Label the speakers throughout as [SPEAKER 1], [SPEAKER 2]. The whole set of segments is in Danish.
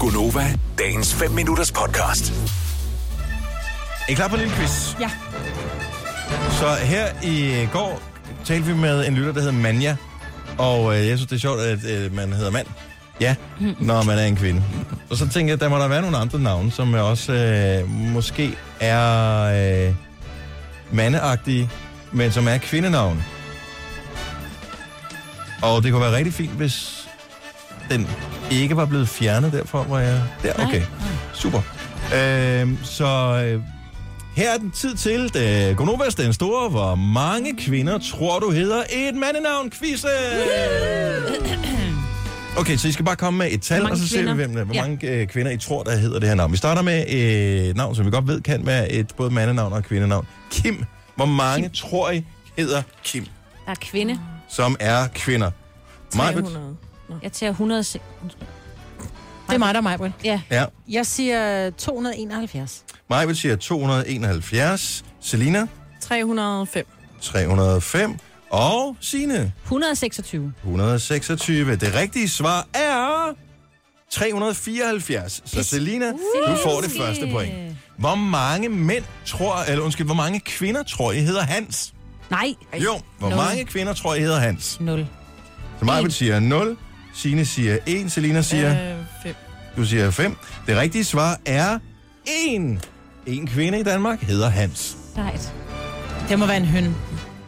[SPEAKER 1] Gunova, dagens 5 minutters podcast.
[SPEAKER 2] Er I klar på en lille quiz?
[SPEAKER 3] Ja.
[SPEAKER 2] Så her i går talte vi med en lytter, der hedder Manja. Og øh, jeg synes, det er sjovt, at øh, man hedder mand. Ja, når man er en kvinde. Og så tænkte jeg, der må der være nogle andre navne, som er også øh, måske er øh, mandeagtige, men som er kvindenavne. Og det kunne være rigtig fint, hvis den ikke var blevet fjernet derfra, hvor jeg... Der,
[SPEAKER 3] Nej,
[SPEAKER 2] okay.
[SPEAKER 3] nej.
[SPEAKER 2] Super. Øh, så øh, her er den tid til det. Gonovas den store, hvor mange kvinder tror du hedder et mandenavn kvise. Okay, så I skal bare komme med et tal,
[SPEAKER 3] mange
[SPEAKER 2] og så ser vi,
[SPEAKER 3] kvinder?
[SPEAKER 2] hvem, der- hvor
[SPEAKER 3] Ja.
[SPEAKER 2] mange øh, kvinder I tror, der hedder det her navn. Vi starter med et navn, som vi godt ved kan være et både mandenavn og kvindenavn. Kim. Hvor mange Kim. tror I hedder Kim,
[SPEAKER 3] Der er kvinde.
[SPEAKER 2] som er kvinder? Majbrit?
[SPEAKER 4] 300.
[SPEAKER 3] Jeg tager 100... se-
[SPEAKER 5] Det er mig, der er mig, Britt.
[SPEAKER 3] Ja,
[SPEAKER 2] Ja.
[SPEAKER 5] Jeg siger 271.
[SPEAKER 2] Majbrit siger 271. Selina?
[SPEAKER 4] 305.
[SPEAKER 2] 305. Og Sine?
[SPEAKER 3] 126.
[SPEAKER 2] 126. Det rigtige svar er 374. Så Selina, du får det første point. Hvor mange mænd tror, eller undskyld, hvor mange kvinder tror I hedder Hans?
[SPEAKER 3] Nej.
[SPEAKER 2] Jo, hvor
[SPEAKER 5] Nul.
[SPEAKER 2] mange kvinder tror I hedder Hans?
[SPEAKER 5] 0.
[SPEAKER 2] Så Marvind siger 0, Signe siger 1, Selina siger,
[SPEAKER 4] Øh, 5.
[SPEAKER 2] du siger 5. Det rigtige svar er 1. En kvinde i Danmark hedder Hans.
[SPEAKER 3] Sejt.
[SPEAKER 5] Det må være en høn.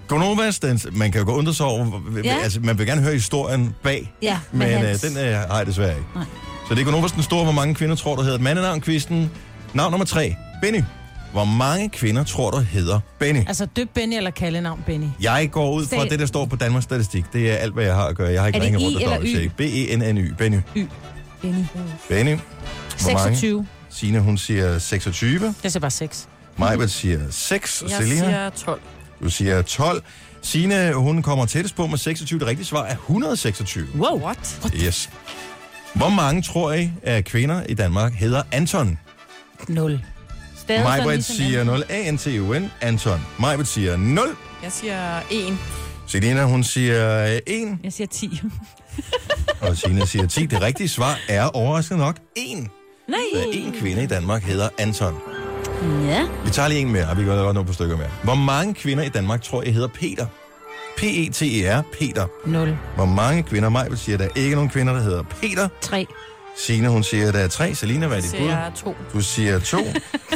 [SPEAKER 2] Gonovas, den, man kan jo gå undre sig over, ja.
[SPEAKER 3] Ja.
[SPEAKER 2] altså man vil gerne høre historien bag,
[SPEAKER 3] Ja, med
[SPEAKER 2] men øh,
[SPEAKER 3] Hans.
[SPEAKER 2] den øh, har jeg desværre ikke.
[SPEAKER 3] Nej.
[SPEAKER 2] Så det er Gonovas den store, hvor mange kvinder tror, du hedder mandenavn, kvisten. Navn nummer 3, Benny. Hvor mange kvinder tror, du hedder Benny?
[SPEAKER 5] Altså, døb Benny eller kalde navn Benny.
[SPEAKER 2] Jeg går ud fra
[SPEAKER 3] Stat-
[SPEAKER 2] det, der står på Danmarks Statistik. Det er alt, hvad jeg har at gøre. Jeg har ikke
[SPEAKER 3] Er det
[SPEAKER 2] ringet
[SPEAKER 3] I
[SPEAKER 2] rundt og
[SPEAKER 3] eller
[SPEAKER 2] dobbelt B-E-N-N-Y. Benny.
[SPEAKER 3] Benny.
[SPEAKER 2] Benny. Hvor mange?
[SPEAKER 5] 26.
[SPEAKER 2] Signe, hun siger 26.
[SPEAKER 5] Jeg siger bare 6.
[SPEAKER 2] Majbert siger 6.
[SPEAKER 4] Jeg
[SPEAKER 2] Selina,
[SPEAKER 4] siger 12.
[SPEAKER 2] du siger 12. Signe, hun kommer tættest på med 26. Det rigtige svar er 126.
[SPEAKER 5] Wow.
[SPEAKER 4] What?
[SPEAKER 2] Yes. Hvor mange tror I af kvinder i Danmark hedder Anton?
[SPEAKER 5] 0.
[SPEAKER 3] Stadig sådan
[SPEAKER 2] Majbert
[SPEAKER 3] ligesom
[SPEAKER 2] siger
[SPEAKER 3] Anton.
[SPEAKER 2] 0. A-N-T-U-N. Anton. Majbert siger 0.
[SPEAKER 4] Jeg siger 1.
[SPEAKER 2] Selina, hun siger 1.
[SPEAKER 3] Jeg siger 10.
[SPEAKER 2] Og Signe siger 10. Det rigtige svar er overraskende nok 1.
[SPEAKER 3] Nej.
[SPEAKER 2] Der er en kvinde i Danmark, hedder Anton.
[SPEAKER 3] Ja.
[SPEAKER 2] Vi tager lige en mere, og vi gør godt nogle på stykker mere. Hvor mange kvinder i Danmark tror jeg hedder Peter? E P-E-T-E-R, Peter.
[SPEAKER 5] 0.
[SPEAKER 2] Hvor mange kvinder? Mig vil sige, at der er ikke nogen kvinder, der hedder Peter.
[SPEAKER 3] 3.
[SPEAKER 2] Signe, hun siger, at der er tre. Selina, hvad er
[SPEAKER 4] Jeg
[SPEAKER 2] dit bud?
[SPEAKER 4] siger 2.
[SPEAKER 2] Du siger to.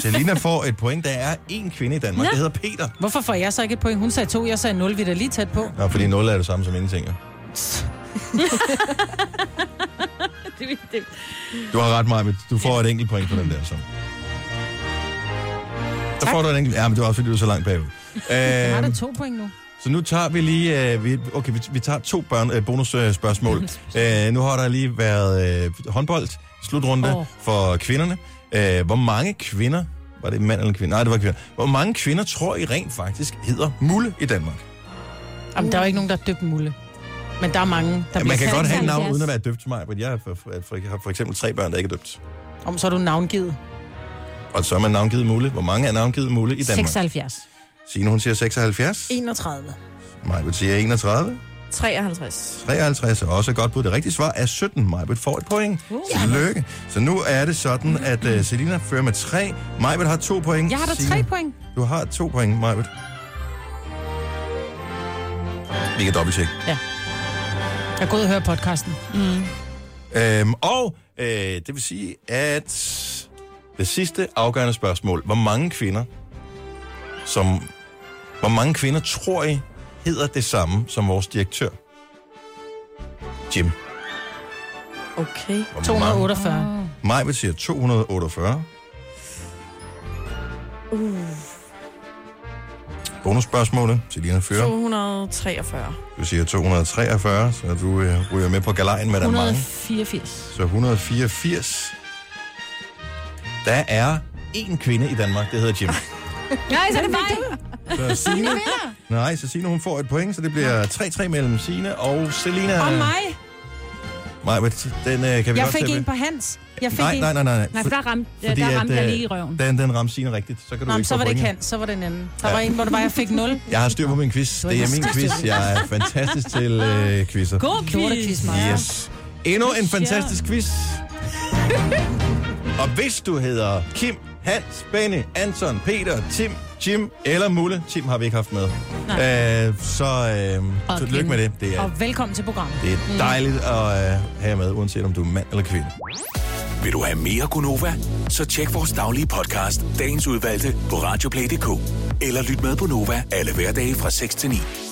[SPEAKER 2] Selina får et point. Der er én kvinde i Danmark,
[SPEAKER 3] Nå.
[SPEAKER 2] der hedder Peter.
[SPEAKER 5] Hvorfor får jeg så ikke et point? Hun sagde 2, jeg sagde 0. Vi er da lige tæt på.
[SPEAKER 2] Nå, fordi 0 er det samme som ingenting. jo.
[SPEAKER 3] Det, det.
[SPEAKER 2] Du har ret, Maja. Du får et enkelt point på den der, så. Så får du et enkelt... Ja, men det var også, fordi du er så langt bagud.
[SPEAKER 5] Jeg har
[SPEAKER 2] Øhm,
[SPEAKER 5] da to point nu.
[SPEAKER 2] Så nu tager vi lige... Øh, vi, okay, vi, vi tager to børn, øh, bonusspørgsmål. Øh, nu har der lige været øh, håndbold, slutrunde oh.
[SPEAKER 5] Åh.
[SPEAKER 2] for kvinderne. Øh, hvor mange kvinder... Var det en mand eller en kvinde? Nej, det var kvinder. Hvor mange kvinder tror I rent faktisk hedder Mulle i Danmark?
[SPEAKER 5] Jamen, der er jo ikke nogen, der er døbt mulle. Men der er mange, der
[SPEAKER 2] Ja, man kan
[SPEAKER 5] kaldt
[SPEAKER 2] godt have et
[SPEAKER 5] mulle.
[SPEAKER 2] navn
[SPEAKER 3] 76.
[SPEAKER 2] uden at være døbt til mig, men jeg har for, for, for, har for eksempel tre børn, der ikke er døbt.
[SPEAKER 5] Om så er du navngivet.
[SPEAKER 2] Og så er man navngivet Mulle. Hvor mange er navngivet Mulle i Danmark?
[SPEAKER 3] 76.
[SPEAKER 2] Signe, hun siger 76.
[SPEAKER 5] 31.
[SPEAKER 2] Majbet siger 31.
[SPEAKER 4] 53.
[SPEAKER 2] 53 er også et godt bud. Det rigtige svar er 17. Majbet får et point. Uh. Lykke. Så nu er det sådan, at uh, Selina fører med 3. Majbet har 2 point.
[SPEAKER 5] Jeg har da
[SPEAKER 2] Signe,
[SPEAKER 5] tre point.
[SPEAKER 2] Du har 2 point, Majbet. Vi kan dobbelttjekke.
[SPEAKER 5] Jeg går ud og hører podcasten.
[SPEAKER 2] Øhm, og øh, det vil sige, at det sidste afgørende spørgsmål, hvor mange kvinder, som, hvor mange kvinder tror I hedder det samme som vores direktør? Jim.
[SPEAKER 4] Okay.
[SPEAKER 2] Hvor
[SPEAKER 5] 248.
[SPEAKER 2] Mange? Maj siger 248. Uh. Bonusspørgsmålet. Selina Fører.
[SPEAKER 4] 243.
[SPEAKER 2] Du siger 243, så du øh, ryger med på galejen med der er mange.
[SPEAKER 3] 184.
[SPEAKER 2] Så 184. Der er én kvinde i Danmark, det hedder Jim.
[SPEAKER 3] Nej, så er det mig.
[SPEAKER 2] Så Signe, nej, så Signe, hun får et point, så det bliver 3-3 mellem Signe og Selina.
[SPEAKER 5] Og mig.
[SPEAKER 2] Maj, den øh, kan vi
[SPEAKER 5] Jeg
[SPEAKER 2] Øh, godt
[SPEAKER 5] fik
[SPEAKER 2] tage
[SPEAKER 5] en
[SPEAKER 2] med.
[SPEAKER 5] på hans. Jeg fik
[SPEAKER 2] nej,
[SPEAKER 5] en.
[SPEAKER 2] nej, nej, nej,
[SPEAKER 3] Nej,
[SPEAKER 2] For,
[SPEAKER 3] for der ramte,
[SPEAKER 2] fordi
[SPEAKER 3] der
[SPEAKER 2] at,
[SPEAKER 3] ramte jeg
[SPEAKER 2] øh,
[SPEAKER 3] lige i røven.
[SPEAKER 2] den, den ramte Signe rigtigt, så kan du
[SPEAKER 5] Nå, men
[SPEAKER 2] ikke
[SPEAKER 5] så
[SPEAKER 2] få
[SPEAKER 5] var det ikke
[SPEAKER 2] pointet.
[SPEAKER 5] han, så var det en anden. Der
[SPEAKER 2] Ja.
[SPEAKER 5] var en, hvor det var, jeg fik 0.
[SPEAKER 2] Jeg har styr på min quiz. Det er min quiz. Jeg er fantastisk til øh, quizzer.
[SPEAKER 3] God quiz.
[SPEAKER 5] Lortekvist, Maja.
[SPEAKER 2] Yes. Endnu en fantastisk quiz. Og hvis du hedder Kim, Hans, Benny, Anton, Peter, Tim, Jim eller Mulle, Tim har vi ikke haft med, øh, så øh,
[SPEAKER 3] Og
[SPEAKER 2] tillykke med det. Det er,
[SPEAKER 5] Og velkommen til programmet.
[SPEAKER 2] det er dejligt at øh, have jer med, uanset om du er mand eller kvinde.
[SPEAKER 1] Vil du have mere Gunova? Så tjek vores daglige podcast, dagens udvalgte, på radioplay.dk. Eller lyt med på Nova alle hverdage fra 6 til 9.